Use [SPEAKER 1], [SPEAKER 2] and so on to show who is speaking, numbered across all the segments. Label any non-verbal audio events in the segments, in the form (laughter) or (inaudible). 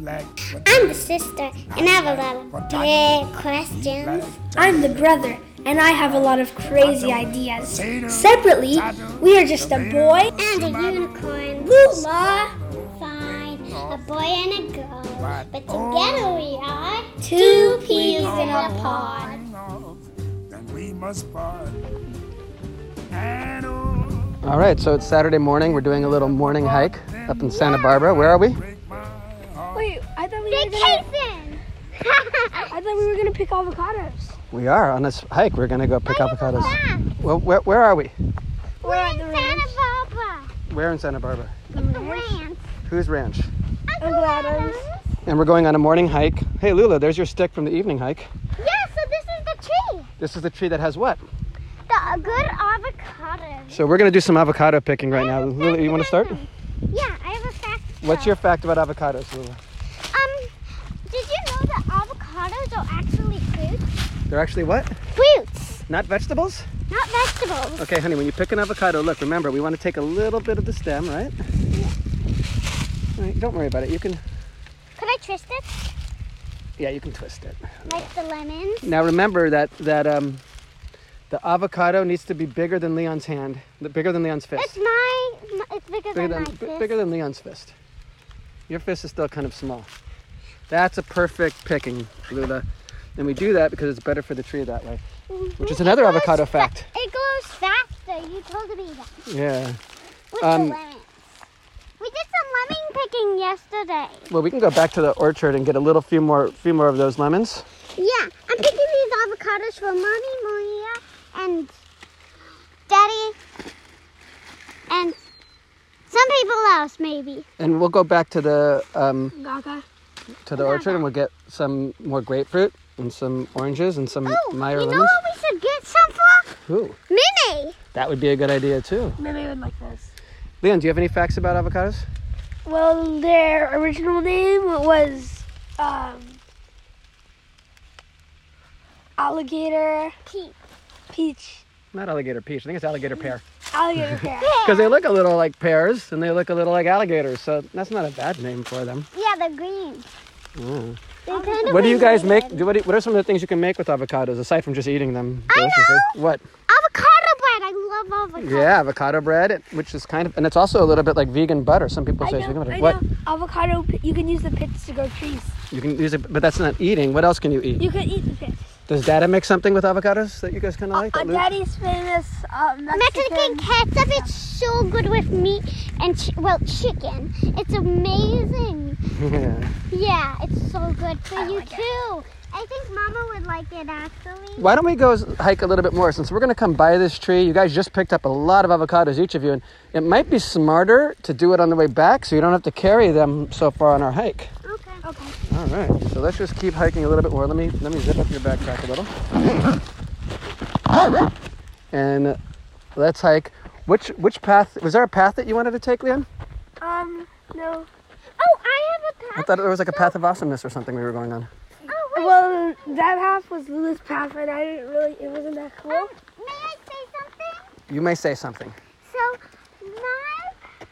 [SPEAKER 1] like what
[SPEAKER 2] I'm the sister, and I have a lot of big questions.
[SPEAKER 3] I'm the brother, and I have a lot of crazy ideas.
[SPEAKER 1] Potato,
[SPEAKER 3] Separately,
[SPEAKER 1] potato,
[SPEAKER 3] we are just a boy,
[SPEAKER 2] And a unicorn.
[SPEAKER 3] Lula,
[SPEAKER 2] Fine, a boy and a girl. But together
[SPEAKER 1] Oh.
[SPEAKER 2] we are
[SPEAKER 3] Two
[SPEAKER 2] two peas in
[SPEAKER 1] are
[SPEAKER 2] a pod.
[SPEAKER 1] going on, Then we must part. And oh,
[SPEAKER 4] All right, so it's Saturday morning. We're doing a little morning hike up in Santa Barbara. Where are we?
[SPEAKER 1] break my heart.
[SPEAKER 3] Wait, I thought we were gonna,
[SPEAKER 2] Vacation!
[SPEAKER 3] I thought we were gonna pick avocados.
[SPEAKER 4] We are on this hike. We're gonna go pick avocados. Well, where, where are we?
[SPEAKER 3] We're at the ranch.
[SPEAKER 2] Barbara.
[SPEAKER 4] We're in Santa Barbara.
[SPEAKER 2] The ranch.
[SPEAKER 4] Whose ranch?
[SPEAKER 3] I'm glad I'm.
[SPEAKER 4] And we're going on a morning hike. Hey, Lula, there's your stick from the evening hike.
[SPEAKER 2] Yeah, so this is the tree.
[SPEAKER 4] This is the tree that has what?
[SPEAKER 2] The good avocado.
[SPEAKER 4] So we're gonna do some avocado picking right now. Lula, you wanna start?
[SPEAKER 2] Yeah, I have a fact.
[SPEAKER 4] What's your fact about avocados, Lula?
[SPEAKER 2] Um, did you know that avocados are actually fruits?
[SPEAKER 4] They're actually what?
[SPEAKER 2] Fruits,
[SPEAKER 4] Not vegetables?
[SPEAKER 2] not vegetables.
[SPEAKER 4] Okay, honey, when you pick an avocado, look, remember, we want to take a little bit of the stem, right? All right, don't worry about it. You can,
[SPEAKER 2] Could I twist it
[SPEAKER 4] yeah, you can twist it.
[SPEAKER 2] like the lemons?
[SPEAKER 4] Now remember that that um, the avocado needs to be bigger than Leon's hand, the bigger than Leon's
[SPEAKER 2] It's
[SPEAKER 4] fist,
[SPEAKER 2] my, my- it's bigger
[SPEAKER 4] bigger
[SPEAKER 2] than,
[SPEAKER 4] than
[SPEAKER 2] my
[SPEAKER 4] b-
[SPEAKER 2] fist.
[SPEAKER 4] bigger than Leon's fist. Your fist is still kind of small. That's a perfect picking, Lula. And we do that because it's better for the tree that way, which is another avocado fact.
[SPEAKER 2] It goes faster. You told me that.
[SPEAKER 4] Yeah.
[SPEAKER 2] With
[SPEAKER 4] Um,
[SPEAKER 2] the lemons. We did some lemon picking yesterday.
[SPEAKER 4] Well, we can go back to the orchard and get a little few more few more of those lemons.
[SPEAKER 2] Yeah, I'm picking these avocados for Mommy Maria and Daddy and some people else maybe.
[SPEAKER 4] And we'll go back to the um,
[SPEAKER 3] Gaga.
[SPEAKER 4] to the orchard and we'll get some more grapefruit and some oranges and some
[SPEAKER 2] Oh,
[SPEAKER 4] Meyer
[SPEAKER 2] you know
[SPEAKER 4] lemons.
[SPEAKER 2] what we should get some for?
[SPEAKER 4] Ooh,
[SPEAKER 2] Minnie.
[SPEAKER 4] that would be a good idea too.
[SPEAKER 3] Maybe I would like this.
[SPEAKER 4] Leon, do you have any facts about avocados?
[SPEAKER 3] Well, their original name was um, alligator
[SPEAKER 2] Peep.
[SPEAKER 3] peach.
[SPEAKER 4] Not alligator peach. I think it's alligator pear.
[SPEAKER 3] Alligator
[SPEAKER 4] (laughs)
[SPEAKER 3] pear.
[SPEAKER 4] Because they look a little like pears and they look a little like alligators, so that's not a bad name for them.
[SPEAKER 2] Yeah, they're green.
[SPEAKER 4] Mm.
[SPEAKER 2] They're kind of
[SPEAKER 4] What do you guys make?
[SPEAKER 2] related.
[SPEAKER 4] Do, what, do- what are some of the things you can make with avocados aside from just eating them?
[SPEAKER 2] I
[SPEAKER 4] deliciously?
[SPEAKER 2] know.
[SPEAKER 4] What?
[SPEAKER 2] Avocado bread. I love avocado.
[SPEAKER 4] Yeah, avocado bread, which is kind of, and it's also a little bit like vegan butter. Some people
[SPEAKER 3] I
[SPEAKER 4] say it's vegan
[SPEAKER 3] know,
[SPEAKER 4] butter.
[SPEAKER 3] I
[SPEAKER 4] what?
[SPEAKER 3] know. Avocado. pi- You can use the pits to grow trees.
[SPEAKER 4] You can use it, but that's not eating. What else can you eat?
[SPEAKER 3] You can eat the pits.
[SPEAKER 4] Does Dada make something with avocados that you guys kind of like?
[SPEAKER 3] Uh,
[SPEAKER 4] that Luke-
[SPEAKER 3] Daddy's famous uh,
[SPEAKER 2] Mexican
[SPEAKER 3] Mexican.
[SPEAKER 2] ketchup is so good with meat and chi- well chicken. It's amazing.
[SPEAKER 4] (laughs) Yeah.
[SPEAKER 2] Yeah, it's so good for
[SPEAKER 3] I
[SPEAKER 2] you
[SPEAKER 3] like it.
[SPEAKER 2] too. I think Mama would like it actually.
[SPEAKER 4] Why don't we go s- hike a little bit more since we're going to come by this tree? You guys just picked up a lot of avocados, each of you, and it might be smarter to do it on the way back so you don't have to carry them so far on our hike.
[SPEAKER 2] Okay.
[SPEAKER 3] Okay.
[SPEAKER 4] All right, so let's just keep hiking a little bit more. Let me let me zip up your backpack a little, and let's hike. Which which path was there a path that you wanted to take, Leon?
[SPEAKER 3] Um. No.
[SPEAKER 2] Oh, I have a
[SPEAKER 4] I
[SPEAKER 2] pack.
[SPEAKER 4] thought there was like a path of awesomeness or something we were going on.
[SPEAKER 2] Oh, wait.
[SPEAKER 3] Well, that half was Lulu's path, and I didn't really. It wasn't that cool.
[SPEAKER 2] Um, may I say something?
[SPEAKER 4] You may say something.
[SPEAKER 2] So my so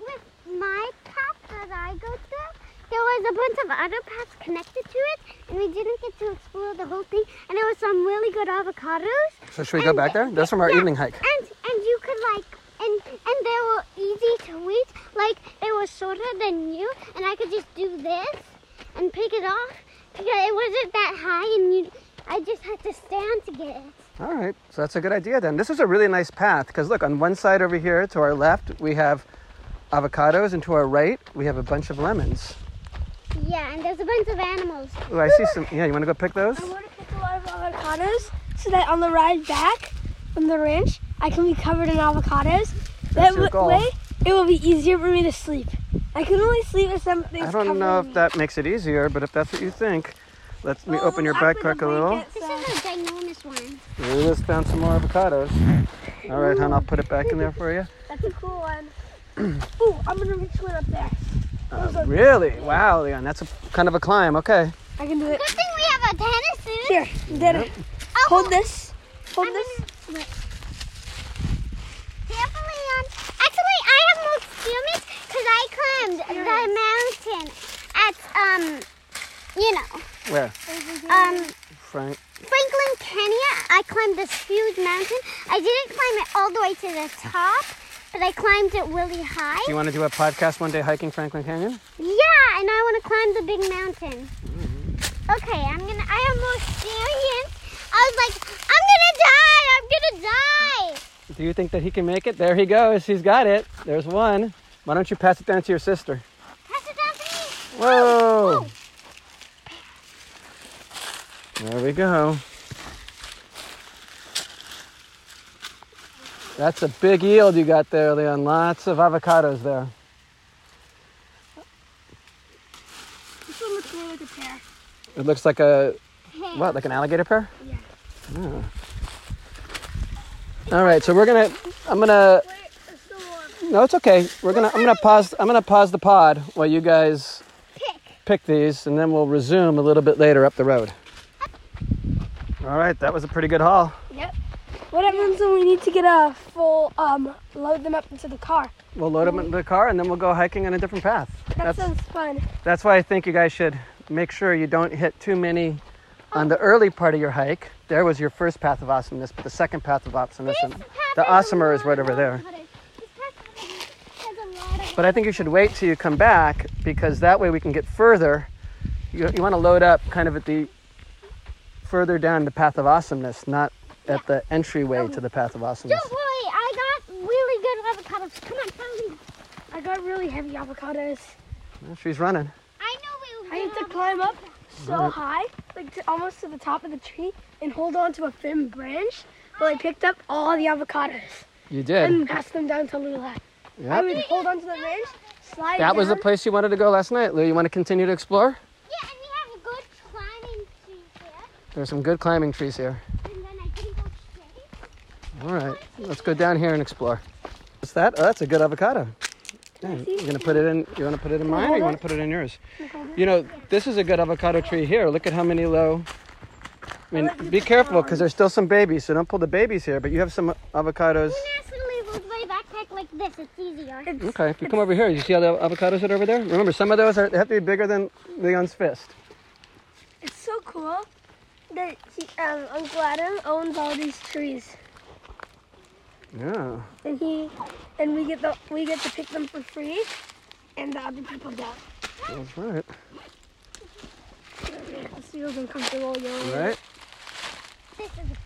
[SPEAKER 2] with my path that I go through, there was a bunch of other paths connected to it, and we didn't get to explore the whole thing. And there was some really good avocados.
[SPEAKER 4] So should we go back there? That's from our
[SPEAKER 2] Yeah,
[SPEAKER 4] evening hike.
[SPEAKER 2] And and you could like and and they were easy to eat. Like they were shorter than you, and I could just do this and pick it off because it wasn't that high, and you I just had to stand to get it.
[SPEAKER 4] All right, so that's a good idea then. This is a really nice path because look, on one side over here to our left, we have avocados, and to our right, we have a bunch of lemons.
[SPEAKER 2] Yeah, and there's a bunch of animals.
[SPEAKER 4] Oh, I see some. Yeah, you want to go pick those?
[SPEAKER 3] I want to pick a lot of avocados so that on the ride back from the ranch, I can be covered in avocados.
[SPEAKER 4] That's
[SPEAKER 3] that
[SPEAKER 4] your
[SPEAKER 3] w-
[SPEAKER 4] goal.
[SPEAKER 3] way, it will be easier for me to sleep. I can only sleep if something's
[SPEAKER 4] I
[SPEAKER 3] covering
[SPEAKER 4] don't know
[SPEAKER 3] me.
[SPEAKER 4] if that makes it easier, but if that's what you think, let me
[SPEAKER 3] Well,
[SPEAKER 4] open your
[SPEAKER 3] I put the
[SPEAKER 4] backpack a little.
[SPEAKER 3] blankets,
[SPEAKER 2] This
[SPEAKER 3] uh,
[SPEAKER 2] is a ginormous one.
[SPEAKER 4] We just found some more avocados. All right, hon, I'll put it back in there for you.
[SPEAKER 3] That's a cool one. (clears throat) Ooh, I'm gonna reach one up there. Those are-
[SPEAKER 4] Really? Wow, Leon, that's a, kind of a climb. Okay.
[SPEAKER 3] I can do it.
[SPEAKER 2] Good thing we have a tennis suit.
[SPEAKER 3] Here, then
[SPEAKER 2] Oh,
[SPEAKER 3] hold this. Hold
[SPEAKER 2] I'm
[SPEAKER 3] this.
[SPEAKER 2] gonna- wait. Carefully on. Actually, I have more experience because I climbed the mountain. I um, you know,
[SPEAKER 4] Where?
[SPEAKER 2] um,
[SPEAKER 4] Frank.
[SPEAKER 2] Franklin, Kenya, I climbed this huge mountain. I didn't climb it all the way to the top, but I climbed it really
[SPEAKER 4] Do you
[SPEAKER 2] high.
[SPEAKER 4] want to do a podcast one day hiking Franklin Canyon?
[SPEAKER 2] Yeah, and I want to climb the big mountain. Okay, I'm gonna. I am more serious. I was like, I'm gonna die. I'm gonna die.
[SPEAKER 4] Do you think that he can make it? There he goes. He's got it. There's one. Why don't you pass it down to your sister?
[SPEAKER 2] Pass it down to me.
[SPEAKER 4] Whoa! There we go. That's a big yield you got there, Leon. Lots of avocados there.
[SPEAKER 3] This one looks more like a pear.
[SPEAKER 4] It looks like a
[SPEAKER 2] (laughs) Hey,
[SPEAKER 4] what? Like an alligator pear?
[SPEAKER 3] Yeah.
[SPEAKER 4] Oh. All right. So we're gonna. I'm gonna.
[SPEAKER 3] Wait, it's still warm.
[SPEAKER 4] No, it's okay. We're gonna. I'm gonna pause. I'm gonna pause the pod while you guys
[SPEAKER 2] pick.
[SPEAKER 4] pick these and then we'll resume a little bit later up the road. All right, that was a pretty good haul.
[SPEAKER 3] Yep. What happens when we need to get a full um load them up into the car?
[SPEAKER 4] We'll load them into the car and then we'll go hiking on a different path.
[SPEAKER 3] That
[SPEAKER 4] That's
[SPEAKER 3] sounds fun.
[SPEAKER 4] that's why I think you guys should make sure you don't hit too many on the early part of your hike. There was your first path of awesomeness, but the second path of awesomeness and the awesomer is right over there.
[SPEAKER 2] This path has a lot of.
[SPEAKER 4] But I think you should wait till you come back because that way we can get further. You, you want to load up kind of at the further down the path of awesomeness, not at the entryway to the path of awesomeness.
[SPEAKER 2] Don't worry, I got really good avocados. Come on, follow me.
[SPEAKER 3] I got really heavy avocados.
[SPEAKER 4] Oh, She's running.
[SPEAKER 2] I know we.
[SPEAKER 3] I have to climb up so high, like to, almost to the top of the tree, and hold on to a thin branch. But I picked up all the avocados
[SPEAKER 4] You did.
[SPEAKER 3] and passed them down to Lula. I
[SPEAKER 4] Yep.
[SPEAKER 3] would hold on to the branch, slide
[SPEAKER 4] That was the
[SPEAKER 3] down.
[SPEAKER 4] place you wanted to go last night, Lou. You want to continue to explore?
[SPEAKER 2] Yeah, and we have a good climbing tree here.
[SPEAKER 4] There's some good climbing trees here.
[SPEAKER 2] And then I can go straight.
[SPEAKER 4] All right, let's go down here and explore. What's that? Oh, that's a good avocado. Yeah, you gonna put it in? You wanna put it in mine, or you wanna put it in yours? You know, this is a good avocado tree here. Look at how many low. I mean, be careful because there's still some babies, so don't pull the babies here. But you have some avocados.
[SPEAKER 2] I'm actually with my backpack like this. It's easier.
[SPEAKER 4] Okay, if you come over here, you see how the avocados are over there? Remember, some of those are, they have to be bigger than Leon's fist.
[SPEAKER 3] It's so cool that he, um, Uncle Adam owns all these trees,
[SPEAKER 4] Yeah.
[SPEAKER 3] and he and we get the we get to pick them for free, and the other people don't.
[SPEAKER 4] That's right.
[SPEAKER 3] This feels uncomfortable, yo.
[SPEAKER 4] All right.
[SPEAKER 2] This is a good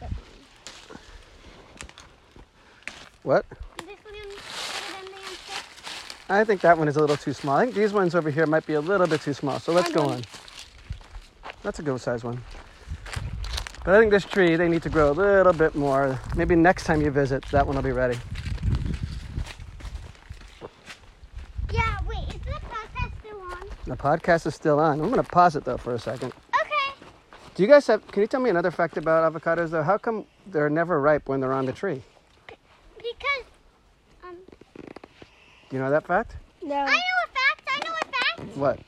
[SPEAKER 2] one.
[SPEAKER 4] What?
[SPEAKER 2] This one is better than the unfit.
[SPEAKER 4] I think that one is a little too small. I think these ones over here might be a little bit too small. So let's go on. That's a good size one. But I think this tree, they need to grow a little bit more. Maybe next time you visit, that one will be ready.
[SPEAKER 2] Yeah, wait, is the process still on?
[SPEAKER 4] The podcast is still on. I'm going to pause it though for a second.
[SPEAKER 2] Okay.
[SPEAKER 4] Do you guys have, can you tell me another fact about avocados though? How come they're never ripe when they're on the tree?
[SPEAKER 2] Because um
[SPEAKER 4] Do you know that fact?
[SPEAKER 3] No.
[SPEAKER 2] I know a fact, I know a fact.
[SPEAKER 4] What?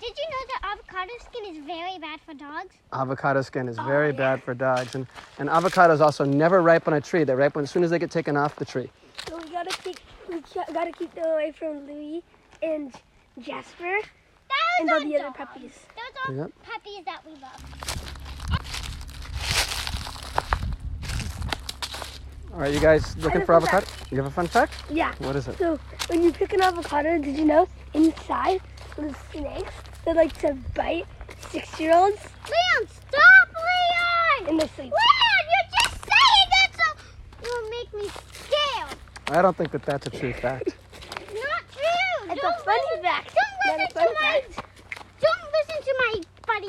[SPEAKER 2] Did you know that avocado skin is very bad for dogs?
[SPEAKER 4] Avocado skin is very bad for dogs. And, and avocados also never ripe on a tree. They ripen as soon as they get taken off the tree.
[SPEAKER 3] So we gotta keep we ca- gotta keep them away from Louis and Jasper
[SPEAKER 2] That
[SPEAKER 3] and
[SPEAKER 2] was
[SPEAKER 3] all
[SPEAKER 2] all
[SPEAKER 3] the other
[SPEAKER 2] dogs.
[SPEAKER 3] puppies.
[SPEAKER 2] Those are
[SPEAKER 4] Yep.
[SPEAKER 2] puppies that we love.
[SPEAKER 4] All right, you guys looking
[SPEAKER 3] have
[SPEAKER 4] for
[SPEAKER 3] a fun
[SPEAKER 4] avocado? You have a fun fact?
[SPEAKER 3] Yeah.
[SPEAKER 4] What is it?
[SPEAKER 3] So when you pick an avocado, did you know inside the snakes they like to bite six year olds
[SPEAKER 2] Leon, stop, Leon!
[SPEAKER 3] in the sleep.
[SPEAKER 2] Leon, you're just saying that so you'll make me scared.
[SPEAKER 4] I don't think that that's a true fact.
[SPEAKER 2] Not true.
[SPEAKER 3] It's
[SPEAKER 2] don't
[SPEAKER 3] a funny
[SPEAKER 2] listen,
[SPEAKER 3] fact.
[SPEAKER 2] Don't
[SPEAKER 3] Not a
[SPEAKER 2] listen
[SPEAKER 3] fun
[SPEAKER 2] to my. Don't listen to my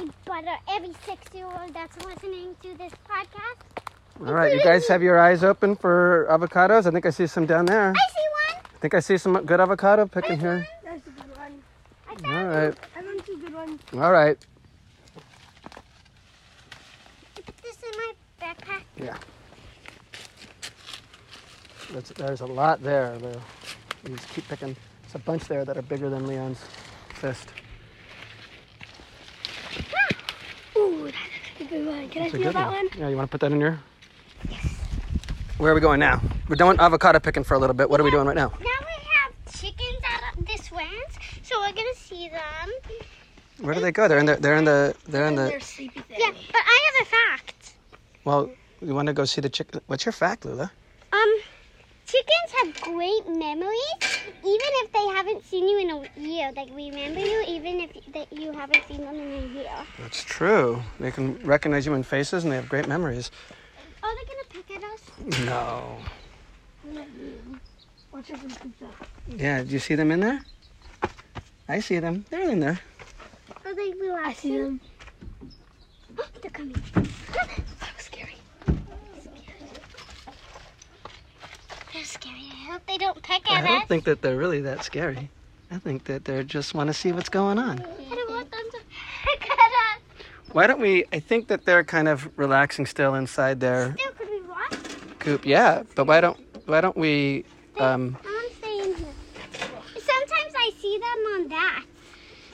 [SPEAKER 2] buddy butter. Every six-year-old that's listening to this podcast.
[SPEAKER 4] All right, you guys have your eyes open for avocados. I think I see some down there.
[SPEAKER 2] I see one.
[SPEAKER 4] I think I see some good avocado picking here.
[SPEAKER 3] That's a good one.
[SPEAKER 2] I
[SPEAKER 4] All
[SPEAKER 2] found
[SPEAKER 4] right,
[SPEAKER 3] I found two good ones.
[SPEAKER 4] all right.
[SPEAKER 2] this in my backpack.
[SPEAKER 4] That's, there's a lot there, Lou. You just keep picking. It's a bunch there that are bigger than Leon's fist.
[SPEAKER 3] Ooh, that's a good one. Can
[SPEAKER 4] It's a
[SPEAKER 3] I feel
[SPEAKER 4] good
[SPEAKER 3] that one?
[SPEAKER 4] Yeah, you want to put that in your? Where are we going now? We're doing avocado picking for a little bit. What are we doing right now?
[SPEAKER 2] Now we have chickens out of this ranch, so we're gonna see them.
[SPEAKER 4] Where do they go? They're in the. They're in the. They're in the.
[SPEAKER 3] sleepy thing.
[SPEAKER 2] Yeah, but I have a fact.
[SPEAKER 4] Well, you want to go see the chicken? What's your fact, Lula?
[SPEAKER 2] Um, chickens have great memories, even if they haven't seen you in a year. Like remember you, even if that you haven't seen them in a year.
[SPEAKER 4] That's true. They can recognize human faces and they have great memories.
[SPEAKER 2] Are they Oh, gonna pick at us?
[SPEAKER 4] No.
[SPEAKER 3] Watch out for the pizza.
[SPEAKER 4] (laughs) Yeah, do you see them in there? I see them. They're in there.
[SPEAKER 2] Are Oh, they
[SPEAKER 3] I see
[SPEAKER 2] relaxing?
[SPEAKER 3] them.
[SPEAKER 2] (gasps) They're coming. (gasps)
[SPEAKER 3] That was scary.
[SPEAKER 2] They're scary. I hope they don't peck
[SPEAKER 4] I
[SPEAKER 2] at
[SPEAKER 4] don't
[SPEAKER 2] us.
[SPEAKER 4] think that they're really that scary. I think that they just want to see what's going on.
[SPEAKER 2] I don't want them to peck at us.
[SPEAKER 4] Why don't we? I think that they're kind of relaxing still inside their
[SPEAKER 2] Still, could we watch?
[SPEAKER 4] coop. Yeah, but why don't why don't we? Um,
[SPEAKER 2] I want to stay in here. Sometimes I see them on that.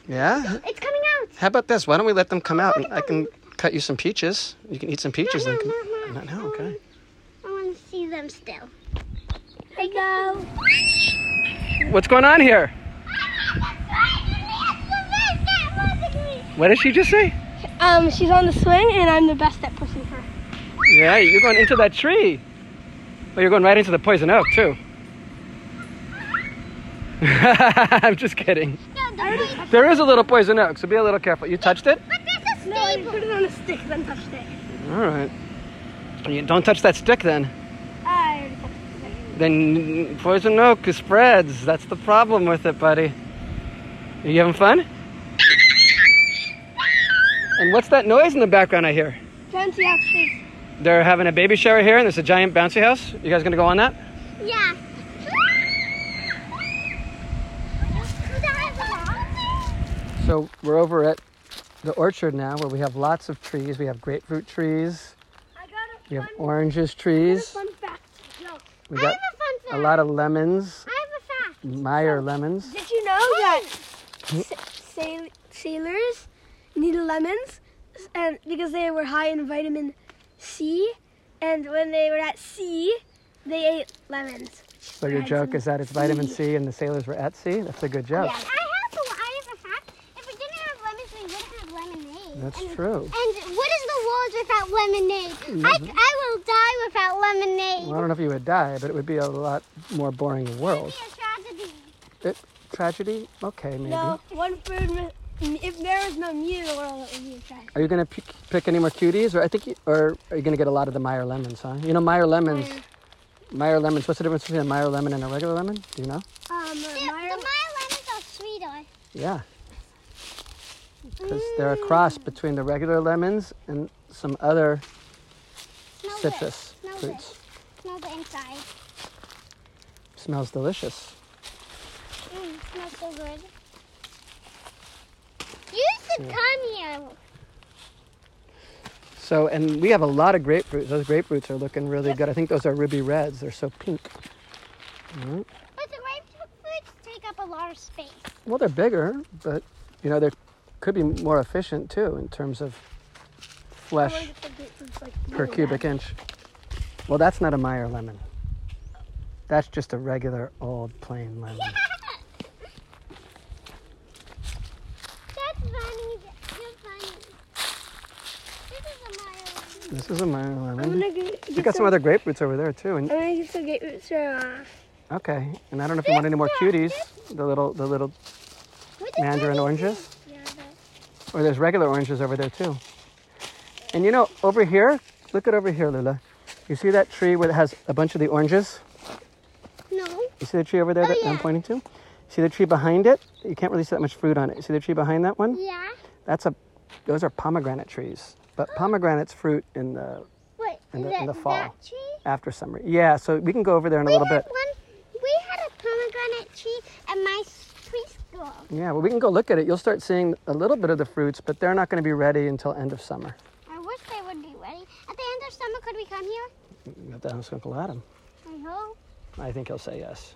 [SPEAKER 4] yeah.
[SPEAKER 2] It's coming out.
[SPEAKER 4] How about this? Why don't we let them come out and I can cut you some peaches. You can eat some peaches.
[SPEAKER 2] No,
[SPEAKER 4] and
[SPEAKER 2] no,
[SPEAKER 4] come-
[SPEAKER 2] no, no.
[SPEAKER 4] Not now. Okay.
[SPEAKER 2] I want to see them still.
[SPEAKER 3] Hello.
[SPEAKER 4] What's going on here? What did she just say?
[SPEAKER 3] Um, she's on the swing, and I'm the best at pushing her.
[SPEAKER 4] Yeah, you're going into that tree. Well, you're going right into the poison oak too. (laughs) I'm just kidding. There is a little poison oak, so be a little careful. You touched it.
[SPEAKER 3] No, I put it on a stick, then touched it.
[SPEAKER 4] All right. You don't touch that stick then.
[SPEAKER 3] I already touched
[SPEAKER 4] Then poison oak spreads. That's the problem with it, buddy. Are you having fun? And what's that noise in the background I hear?
[SPEAKER 3] it. Fancy actually.
[SPEAKER 4] They're having a baby shower here, and there's a giant bouncy house. You guys gonna go on that?
[SPEAKER 2] (laughs) Yeah.
[SPEAKER 4] So we're over at the orchard now, where we have lots of trees. We have grapefruit trees.
[SPEAKER 3] I got
[SPEAKER 4] We
[SPEAKER 3] a
[SPEAKER 4] have
[SPEAKER 3] fun,
[SPEAKER 4] oranges
[SPEAKER 3] I got a
[SPEAKER 4] trees.
[SPEAKER 3] fun fact. joke.
[SPEAKER 4] We
[SPEAKER 2] I have
[SPEAKER 4] got
[SPEAKER 2] a fun fact.
[SPEAKER 4] a lot of lemons,
[SPEAKER 2] I have a fact.
[SPEAKER 4] Meyer lemons.
[SPEAKER 3] Did you know that sa- sail- sailors needed lemons, and because they were high in vitamin C, and when they were at sea, they ate lemons.
[SPEAKER 4] So your joke is that it's vitamin C, and the sailors were at sea. That's a good joke.
[SPEAKER 2] I have a, I have a fact. If we didn't have lemons, we wouldn't have lemonade.
[SPEAKER 4] That's
[SPEAKER 2] and,
[SPEAKER 4] true.
[SPEAKER 2] And what is the world without lemonade? I, I will die without lemonade.
[SPEAKER 4] Mm-hmm. Well, I don't know if you would die, but it would be a lot more boring world.
[SPEAKER 2] It'd be a tragedy.
[SPEAKER 4] It, tragedy? Okay, maybe.
[SPEAKER 3] No, one food. mi- If there was no meat in the world, it would be a tragedy.
[SPEAKER 4] Are you gonna pick, pick any more cuties, or I think, you, or are you gonna get a lot of the Meyer lemons, huh? You know Meyer lemons. Meyer lemons. What's the difference between a Meyer lemon and a regular lemon? Do you know?
[SPEAKER 3] Um,
[SPEAKER 2] The,
[SPEAKER 3] Meyer-
[SPEAKER 2] the Meyer lemons are sweeter.
[SPEAKER 4] Yeah. Because they're a cross
[SPEAKER 2] Mm.
[SPEAKER 4] between the regular lemons and some other
[SPEAKER 2] Smell
[SPEAKER 4] citrus
[SPEAKER 2] This. Smell
[SPEAKER 4] fruits.
[SPEAKER 2] this. Smell the inside.
[SPEAKER 4] Smells delicious.
[SPEAKER 2] Mm, smells so good. You should come here.
[SPEAKER 4] So, and we have a lot of grapefruits. Those grapefruits are looking really good. I think those are ruby reds. They're so pink. Mhm.
[SPEAKER 2] But the grapefruits take up a lot of space.
[SPEAKER 4] Well, they're bigger, but you know they could be more efficient too in terms
[SPEAKER 3] I
[SPEAKER 4] of
[SPEAKER 3] wanna
[SPEAKER 4] flesh
[SPEAKER 3] get the grapefruits, like,
[SPEAKER 4] per
[SPEAKER 3] really
[SPEAKER 4] cubic inch. Well, that's not a Meyer lemon. That's just a regular old plain lemon.
[SPEAKER 2] That's funny. You're funny. This is a Meyer.
[SPEAKER 4] This is a Meyer lemon.
[SPEAKER 3] bad. I'm gonna get, get
[SPEAKER 4] We got some other grapefruits over there too, and
[SPEAKER 3] I'm gonna get some grapefruits from. Uh,
[SPEAKER 4] okay. And I don't know if you want any more cuties, the little the little
[SPEAKER 2] What is
[SPEAKER 4] mandarin oranges,
[SPEAKER 2] Yeah, but
[SPEAKER 4] or there's regular oranges over there too. And you know, over here, look at over here, Lula. You see that tree where it has a bunch of the oranges?
[SPEAKER 2] no.
[SPEAKER 4] You see the tree over there
[SPEAKER 2] Oh,
[SPEAKER 4] that I'm
[SPEAKER 2] yeah.
[SPEAKER 4] pointing to? See the tree behind it? You can't really see that much fruit on it. See the tree behind that one?
[SPEAKER 2] Yeah.
[SPEAKER 4] That's a those are pomegranate trees, but pomegranates fruit in the
[SPEAKER 2] What?
[SPEAKER 4] In the-
[SPEAKER 2] that,
[SPEAKER 4] in the fall.
[SPEAKER 2] That tree?
[SPEAKER 4] after summer. Yeah, so we can go over there in a
[SPEAKER 2] We
[SPEAKER 4] little
[SPEAKER 2] had
[SPEAKER 4] bit.
[SPEAKER 2] one. We had a pomegranate tree at my s- preschool.
[SPEAKER 4] Yeah, well, we can go look at it. You'll start seeing a little bit of the fruits, but they're not going to be ready until end of summer.
[SPEAKER 2] I wish they would be ready. At the end of summer, could we come here?
[SPEAKER 4] You have to ask Uncle Adam.
[SPEAKER 2] I hope.
[SPEAKER 4] I think he'll say yes.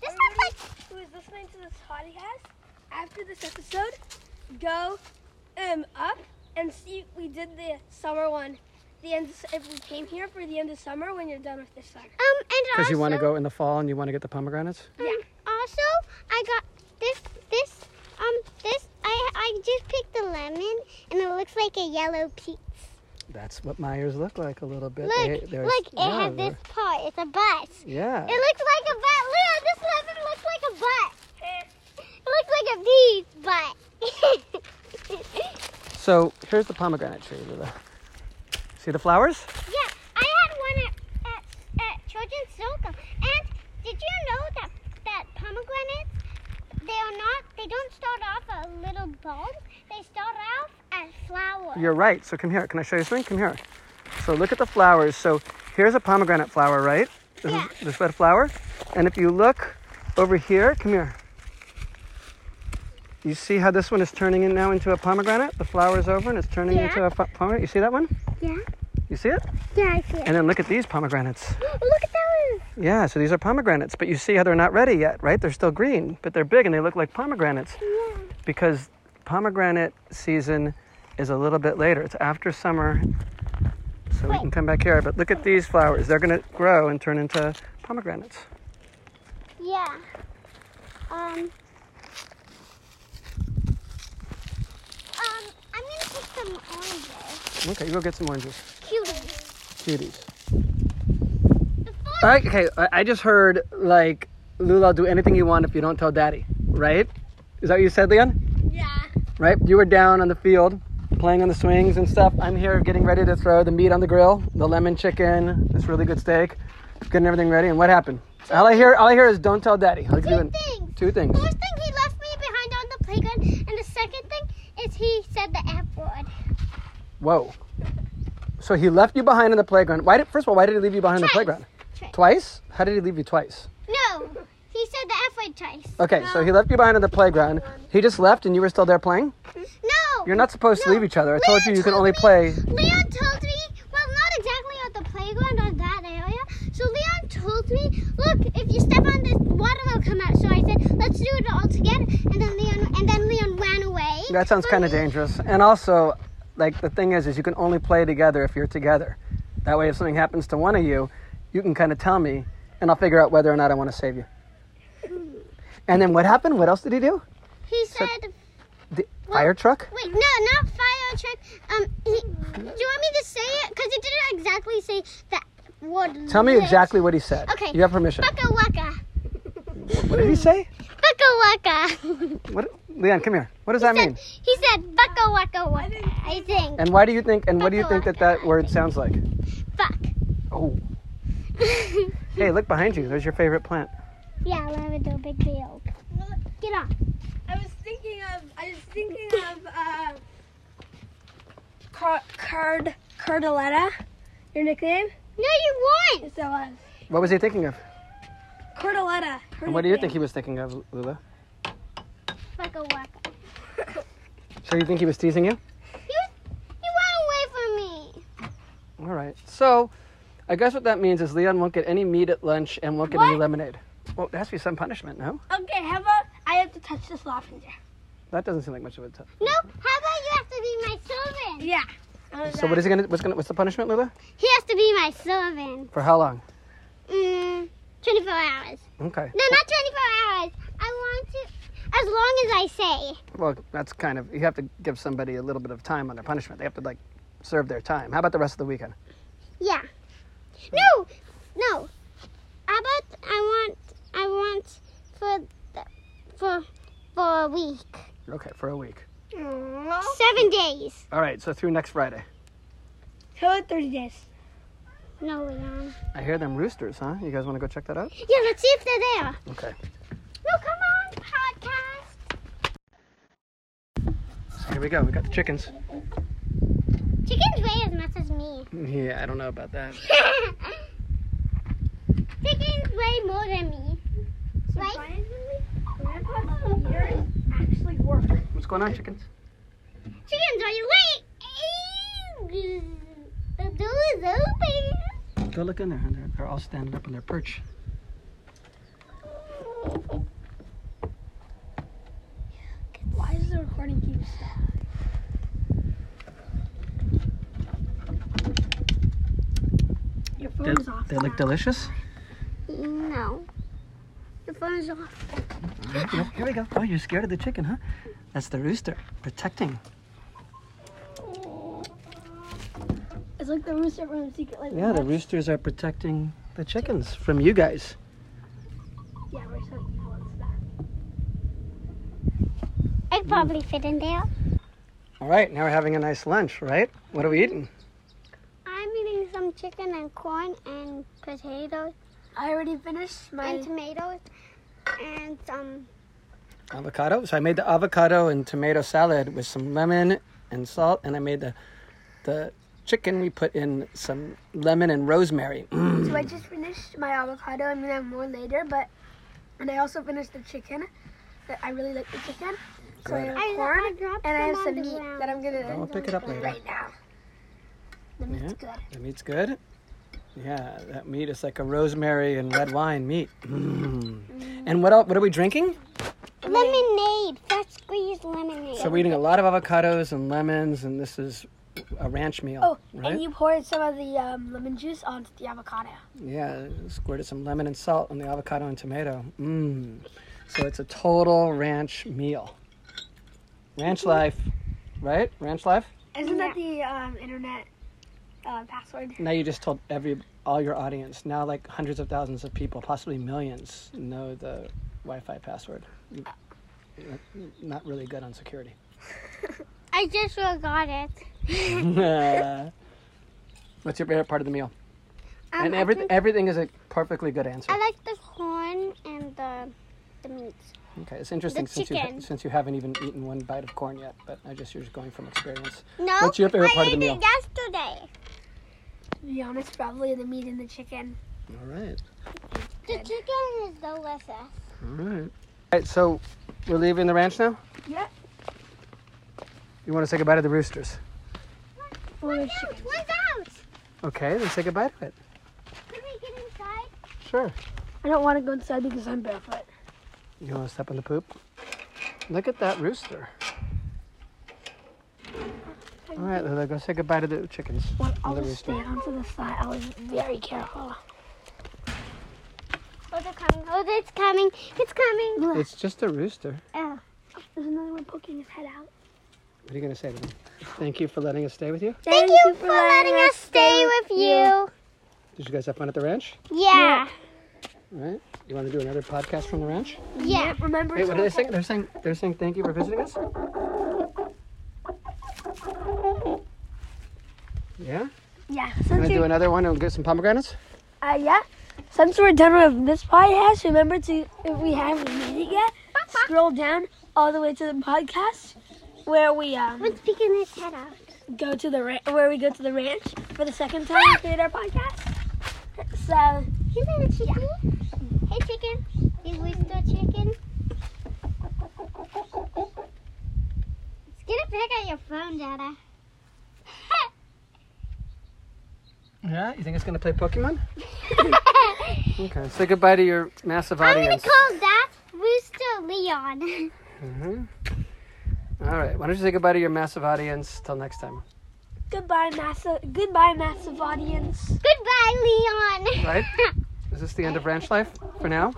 [SPEAKER 2] This sounds like
[SPEAKER 3] who is listening to this podcast, after this episode, go um up and see. We did the summer one. The end of, if we came here for the end of summer when you're done with this summer.
[SPEAKER 2] um and
[SPEAKER 4] Because
[SPEAKER 2] also
[SPEAKER 4] you want to go in the fall and you want to get the pomegranates?
[SPEAKER 2] um, also I got this this um this I yellow peach.
[SPEAKER 4] That's what Myers look like a little bit.
[SPEAKER 2] Look,
[SPEAKER 4] They- there's-
[SPEAKER 2] look, it
[SPEAKER 4] yeah,
[SPEAKER 2] has this
[SPEAKER 4] they're-
[SPEAKER 2] part. It's a butt.
[SPEAKER 4] Yeah.
[SPEAKER 2] It looks like a butt. Look, this lemon looks like a butt. It looks like a bee's butt. (laughs)
[SPEAKER 4] So here's the pomegranate tree, Lula. See the flowers?
[SPEAKER 2] yeah, I had one at, at, at Children's Circle. And did you know that that pomegranates, they are not, they don't start off a little bulb. They start off as flowers.
[SPEAKER 4] You're right. So come here. Can I show you something? Come here. So look at the flowers. So here's a pomegranate flower, right? This,
[SPEAKER 2] Yeah.
[SPEAKER 4] is, this red flower. And if you look over here, come here. You see how this one is turning in now into a pomegranate? The flower's over and it's turning
[SPEAKER 2] Yeah.
[SPEAKER 4] into a po- pomegranate. You see that one?
[SPEAKER 2] Yeah.
[SPEAKER 4] You see it?
[SPEAKER 2] Yeah, I see it.
[SPEAKER 4] And then look at these pomegranates.
[SPEAKER 2] Look at that one.
[SPEAKER 4] Yeah, so these are pomegranates, but you see how they're not ready yet, right? They're still green, but they're big and they look like pomegranates
[SPEAKER 2] Yeah.
[SPEAKER 4] because pomegranate season is a little bit later. It's after summer. So we can come back here, but look at these flowers. They're going to grow and turn into pomegranates.
[SPEAKER 2] Yeah. Um. Um, I'm gonna pick some oranges.
[SPEAKER 4] Okay, you go get some oranges.
[SPEAKER 2] Cuties.
[SPEAKER 4] Cuties.
[SPEAKER 2] The first
[SPEAKER 4] All right, okay, I- I just heard like Lula, do anything you want if you don't tell daddy, right? Is that what you said, Leon?
[SPEAKER 2] Yeah.
[SPEAKER 4] right? You were down on the field playing on the swings and stuff. I'm here getting ready to throw the meat on the grill, the lemon chicken, this really good steak, getting everything ready. And what happened? All I hear, all I hear is don't tell daddy. Like,
[SPEAKER 2] Two things.
[SPEAKER 4] Two things.
[SPEAKER 2] First thing, he left me behind on the playground, and the second thing is he said the F word.
[SPEAKER 4] Whoa. So he left you behind on the playground. Why did? First of all, why did he leave you behind on the
[SPEAKER 2] Twice.
[SPEAKER 4] playground?
[SPEAKER 2] Twice.
[SPEAKER 4] Twice? How did he leave you twice?
[SPEAKER 2] No, he said the F word twice.
[SPEAKER 4] Okay, so
[SPEAKER 2] Um,
[SPEAKER 4] he left you behind on the playground. He just left, and you were still there playing.
[SPEAKER 2] No.
[SPEAKER 4] You're not supposed to
[SPEAKER 2] No.
[SPEAKER 4] leave each other. I told you
[SPEAKER 2] Leon
[SPEAKER 4] you can
[SPEAKER 2] told
[SPEAKER 4] only
[SPEAKER 2] me-
[SPEAKER 4] play.
[SPEAKER 2] Leon told me, well, not exactly at the playground or that area. So Leon told me, look, if you step on this, water will come out. So I said, let's do it all together. And then Leon, and then Leon ran away.
[SPEAKER 4] That sounds
[SPEAKER 2] But
[SPEAKER 4] kind of dangerous. And also, like the thing is, is you can only play together if you're together. That way, if something happens to one of you, you can kind of tell me, and I'll figure out whether or not I want to save you. And then what happened? What else did he do?
[SPEAKER 2] He said,
[SPEAKER 4] The fire truck?
[SPEAKER 2] wait, no, not fire trick. Um, he, do you want me to say it? Because he didn't exactly say that word.
[SPEAKER 4] Tell me exactly what he said.
[SPEAKER 2] Okay.
[SPEAKER 4] You have permission.
[SPEAKER 2] Bucka waka.
[SPEAKER 4] What did he say?
[SPEAKER 2] Bucka waka.
[SPEAKER 4] What, Leon, come here. What does that mean?
[SPEAKER 2] (laughs) He said bucka waka waka. I think.
[SPEAKER 4] And why do you think? And what do you think that that word sounds like?
[SPEAKER 2] Fuck.
[SPEAKER 4] Oh. Hey, look behind you. There's your favorite plant.
[SPEAKER 2] (laughs) yeah, lavender, big deal. Get off.
[SPEAKER 3] I was thinking of I was thinking of uh, car, card Cardaletta, your nickname.
[SPEAKER 2] No, you won't.
[SPEAKER 3] Yes, that was
[SPEAKER 4] What was he thinking of?
[SPEAKER 3] Cardaletta.
[SPEAKER 4] And what do you think he was thinking of, Lula?
[SPEAKER 2] Waka waka.
[SPEAKER 4] So you think he was teasing you?
[SPEAKER 2] You, you went away from me.
[SPEAKER 4] All right. So, I guess what that means is Leon won't get any meat at lunch and won't get any
[SPEAKER 3] What?
[SPEAKER 4] lemonade. Well, there has to be some punishment, no?
[SPEAKER 3] Okay, how about I have to touch this lavender?
[SPEAKER 4] That doesn't seem like much of a. T-
[SPEAKER 2] No, how about you have to be my servant?
[SPEAKER 3] Yeah. Uh,
[SPEAKER 4] so what is he gonna? What's gonna? What's the punishment, Lula?
[SPEAKER 2] He has to be my servant.
[SPEAKER 4] For how long?
[SPEAKER 2] Mm, 24 hours.
[SPEAKER 4] Okay.
[SPEAKER 2] No, not 24 hours. I want to, as long as I say.
[SPEAKER 4] Well, that's kind of. You have to give somebody a little bit of time on their punishment. They have to like serve their time. How about the rest of the weekend?
[SPEAKER 2] Yeah. No, no. How about I want, I want for, the, for, for a week.
[SPEAKER 4] Okay, for a week.
[SPEAKER 2] Seven days.
[SPEAKER 4] All right. So through next Friday.
[SPEAKER 3] How about thirty days?
[SPEAKER 2] No, Leon.
[SPEAKER 4] I hear them roosters, huh? You guys want to go check that out?
[SPEAKER 2] Yeah, let's see if they're there.
[SPEAKER 4] Okay.
[SPEAKER 2] No, come on, podcast.
[SPEAKER 4] So here we go. We got the chickens.
[SPEAKER 2] Chickens weigh as much as me. (laughs)
[SPEAKER 4] Yeah, I don't know about that.
[SPEAKER 2] Chickens weigh more than me. Right?
[SPEAKER 3] Surprisingly, Grandpa's ears actually work.
[SPEAKER 4] What's going on, chickens?
[SPEAKER 2] Chickens, are you late? The door is open.
[SPEAKER 4] Go look in there. They're, they're all standing up on their perch.
[SPEAKER 3] Why does the recording keep stopping? Your
[SPEAKER 4] They,
[SPEAKER 3] phone's off.
[SPEAKER 4] they look delicious.
[SPEAKER 2] No. The phone is off.
[SPEAKER 4] Oh, here we go. Oh, you're scared of the chicken, huh? That's the rooster protecting.
[SPEAKER 3] It's like the rooster from Secret Life. of
[SPEAKER 4] Yeah, the
[SPEAKER 3] Pets.
[SPEAKER 4] roosters are protecting the chickens from you guys.
[SPEAKER 3] Yeah, we're so evil and stuff.
[SPEAKER 2] I'd probably fit in there.
[SPEAKER 4] All right, now we're having a nice lunch, right? What are we eating?
[SPEAKER 2] I'm eating some chicken and corn and potatoes
[SPEAKER 3] I already finished my.
[SPEAKER 2] and tomatoes and some.
[SPEAKER 4] Avocado. So I made the avocado and tomato salad with some lemon and salt, and I made the the chicken. We put in some lemon and rosemary. (clears throat) Mm.
[SPEAKER 3] So I just finished my avocado. I mean, I have more later, but and I also finished the chicken. That I really like the chicken. So I have
[SPEAKER 2] I,
[SPEAKER 3] corn
[SPEAKER 2] I dropped
[SPEAKER 3] and I
[SPEAKER 2] them
[SPEAKER 3] have
[SPEAKER 2] on
[SPEAKER 3] some
[SPEAKER 2] the
[SPEAKER 3] meat
[SPEAKER 2] ground.
[SPEAKER 3] that I'm gonna
[SPEAKER 4] Oh, I'll pick it up later.
[SPEAKER 3] right now. The meat's good.
[SPEAKER 4] The meat's good. Yeah, that meat is like a rosemary and red wine meat. (clears throat) Mm. And what else? What are we drinking?
[SPEAKER 2] Lemonade, fresh squeezed lemonade.
[SPEAKER 4] So we're eating a lot of avocados and lemons, and this is a ranch meal.
[SPEAKER 3] Oh,
[SPEAKER 4] right?
[SPEAKER 3] and you poured some of the um, lemon juice onto the avocado.
[SPEAKER 4] Yeah, squirted some lemon and salt on the avocado and tomato. Mmm. So it's a total ranch meal. Ranch life, right? Ranch life.
[SPEAKER 3] Isn't that the um, internet uh, password?
[SPEAKER 4] Now you just told every all your audience. Now like hundreds of thousands of people, possibly millions, know the Wi-Fi password. You- Not really good on security. (laughs)
[SPEAKER 2] I just forgot it.
[SPEAKER 4] What's your favorite part of the meal?
[SPEAKER 2] Um,
[SPEAKER 4] and
[SPEAKER 2] I
[SPEAKER 4] every,
[SPEAKER 2] think-
[SPEAKER 4] everything is a perfectly good answer.
[SPEAKER 2] I like the corn and the the meats.
[SPEAKER 4] Okay, it's interesting since you, ha-
[SPEAKER 2] chicken.
[SPEAKER 4] since you haven't even eaten one bite of corn yet, but I just you're just going from experience.
[SPEAKER 2] No,
[SPEAKER 4] What's your favorite
[SPEAKER 2] I
[SPEAKER 4] part of the
[SPEAKER 2] ate
[SPEAKER 4] meal?
[SPEAKER 2] it yesterday.
[SPEAKER 3] To be honest, probably the meat and the chicken.
[SPEAKER 4] All right,
[SPEAKER 2] The chicken is delicious.
[SPEAKER 4] all right. All right, so we're leaving the ranch now.
[SPEAKER 3] Yeah.
[SPEAKER 4] You want to say goodbye to the roosters?
[SPEAKER 3] Oh,
[SPEAKER 2] One's out, one's out.
[SPEAKER 4] Okay, then say goodbye to it.
[SPEAKER 2] Can we get inside?
[SPEAKER 4] Sure.
[SPEAKER 3] I don't want to go inside because I'm barefoot.
[SPEAKER 4] You want to step on the poop? Look at that rooster. All right, Lila, go say goodbye to the chickens.
[SPEAKER 3] Well, I'll
[SPEAKER 4] Another
[SPEAKER 3] just
[SPEAKER 4] rooster.
[SPEAKER 3] stand onto the side. I was very careful.
[SPEAKER 2] Oh, they're coming. Oh, it's coming. It's coming.
[SPEAKER 4] It's just a rooster.
[SPEAKER 2] Oh.
[SPEAKER 3] There's another one poking his head out.
[SPEAKER 4] What are you gonna say to them? Thank you for letting us stay with you.
[SPEAKER 2] Thank you for letting us stay with you.
[SPEAKER 4] Did you guys have fun at the ranch?
[SPEAKER 2] Yeah.
[SPEAKER 4] All right. You want to do another podcast from the ranch?
[SPEAKER 2] Yeah.
[SPEAKER 3] Remember,
[SPEAKER 4] Wait,
[SPEAKER 3] to-
[SPEAKER 4] what are they saying? They're saying they're saying thank you for visiting us. Yeah.
[SPEAKER 3] yeah.
[SPEAKER 4] Want
[SPEAKER 3] Since
[SPEAKER 4] to do
[SPEAKER 3] you,
[SPEAKER 4] another one and get some pomegranates?
[SPEAKER 3] uh, yeah. Since we're done with this podcast, remember to if we haven't made
[SPEAKER 2] (laughs)
[SPEAKER 3] it yet, scroll down all the way to the podcast where we um
[SPEAKER 2] One's peeking his head out.
[SPEAKER 3] go to the ra- where we go to the ranch for the second time we create our podcast. So
[SPEAKER 2] Is that a chicken? Hey, chicken. Did we still chicken? It's gonna pick at your phone, Dada.
[SPEAKER 4] Yeah. You think it's gonna play Pokemon? Okay. Say goodbye to your massive
[SPEAKER 2] I'm gonna
[SPEAKER 4] audience.
[SPEAKER 2] call that Rooster Leon. (laughs)
[SPEAKER 4] Mhm. Mm-hmm. All right. Why don't you say goodbye to your massive audience till next time?
[SPEAKER 3] goodbye, massive. Goodbye, massive audience.
[SPEAKER 2] Goodbye, Leon.
[SPEAKER 4] Right? Is this the end of ranch life for now?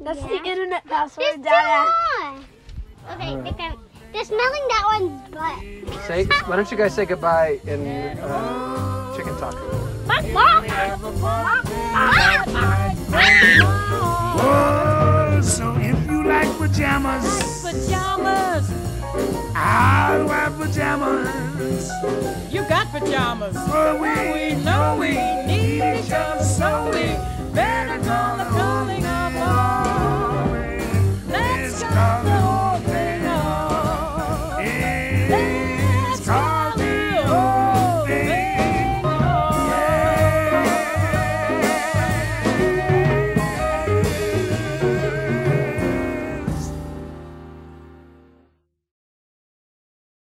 [SPEAKER 3] That's
[SPEAKER 2] Yeah.
[SPEAKER 3] the internet password,
[SPEAKER 2] (laughs) There's two
[SPEAKER 3] Dada.
[SPEAKER 2] more. Okay, pick up. They're smelling that one's butt.
[SPEAKER 4] Say. Why don't you guys say goodbye in uh, chicken talk?
[SPEAKER 1] Oh, so if you like pajamas,
[SPEAKER 5] pajamas.
[SPEAKER 1] I'll wear pajamas.
[SPEAKER 5] You got pajamas.
[SPEAKER 1] For
[SPEAKER 5] We know we need each other so we better call the calling of home.
[SPEAKER 1] always
[SPEAKER 5] Let's
[SPEAKER 1] is
[SPEAKER 5] go
[SPEAKER 1] calling
[SPEAKER 5] calling home.
[SPEAKER 1] in.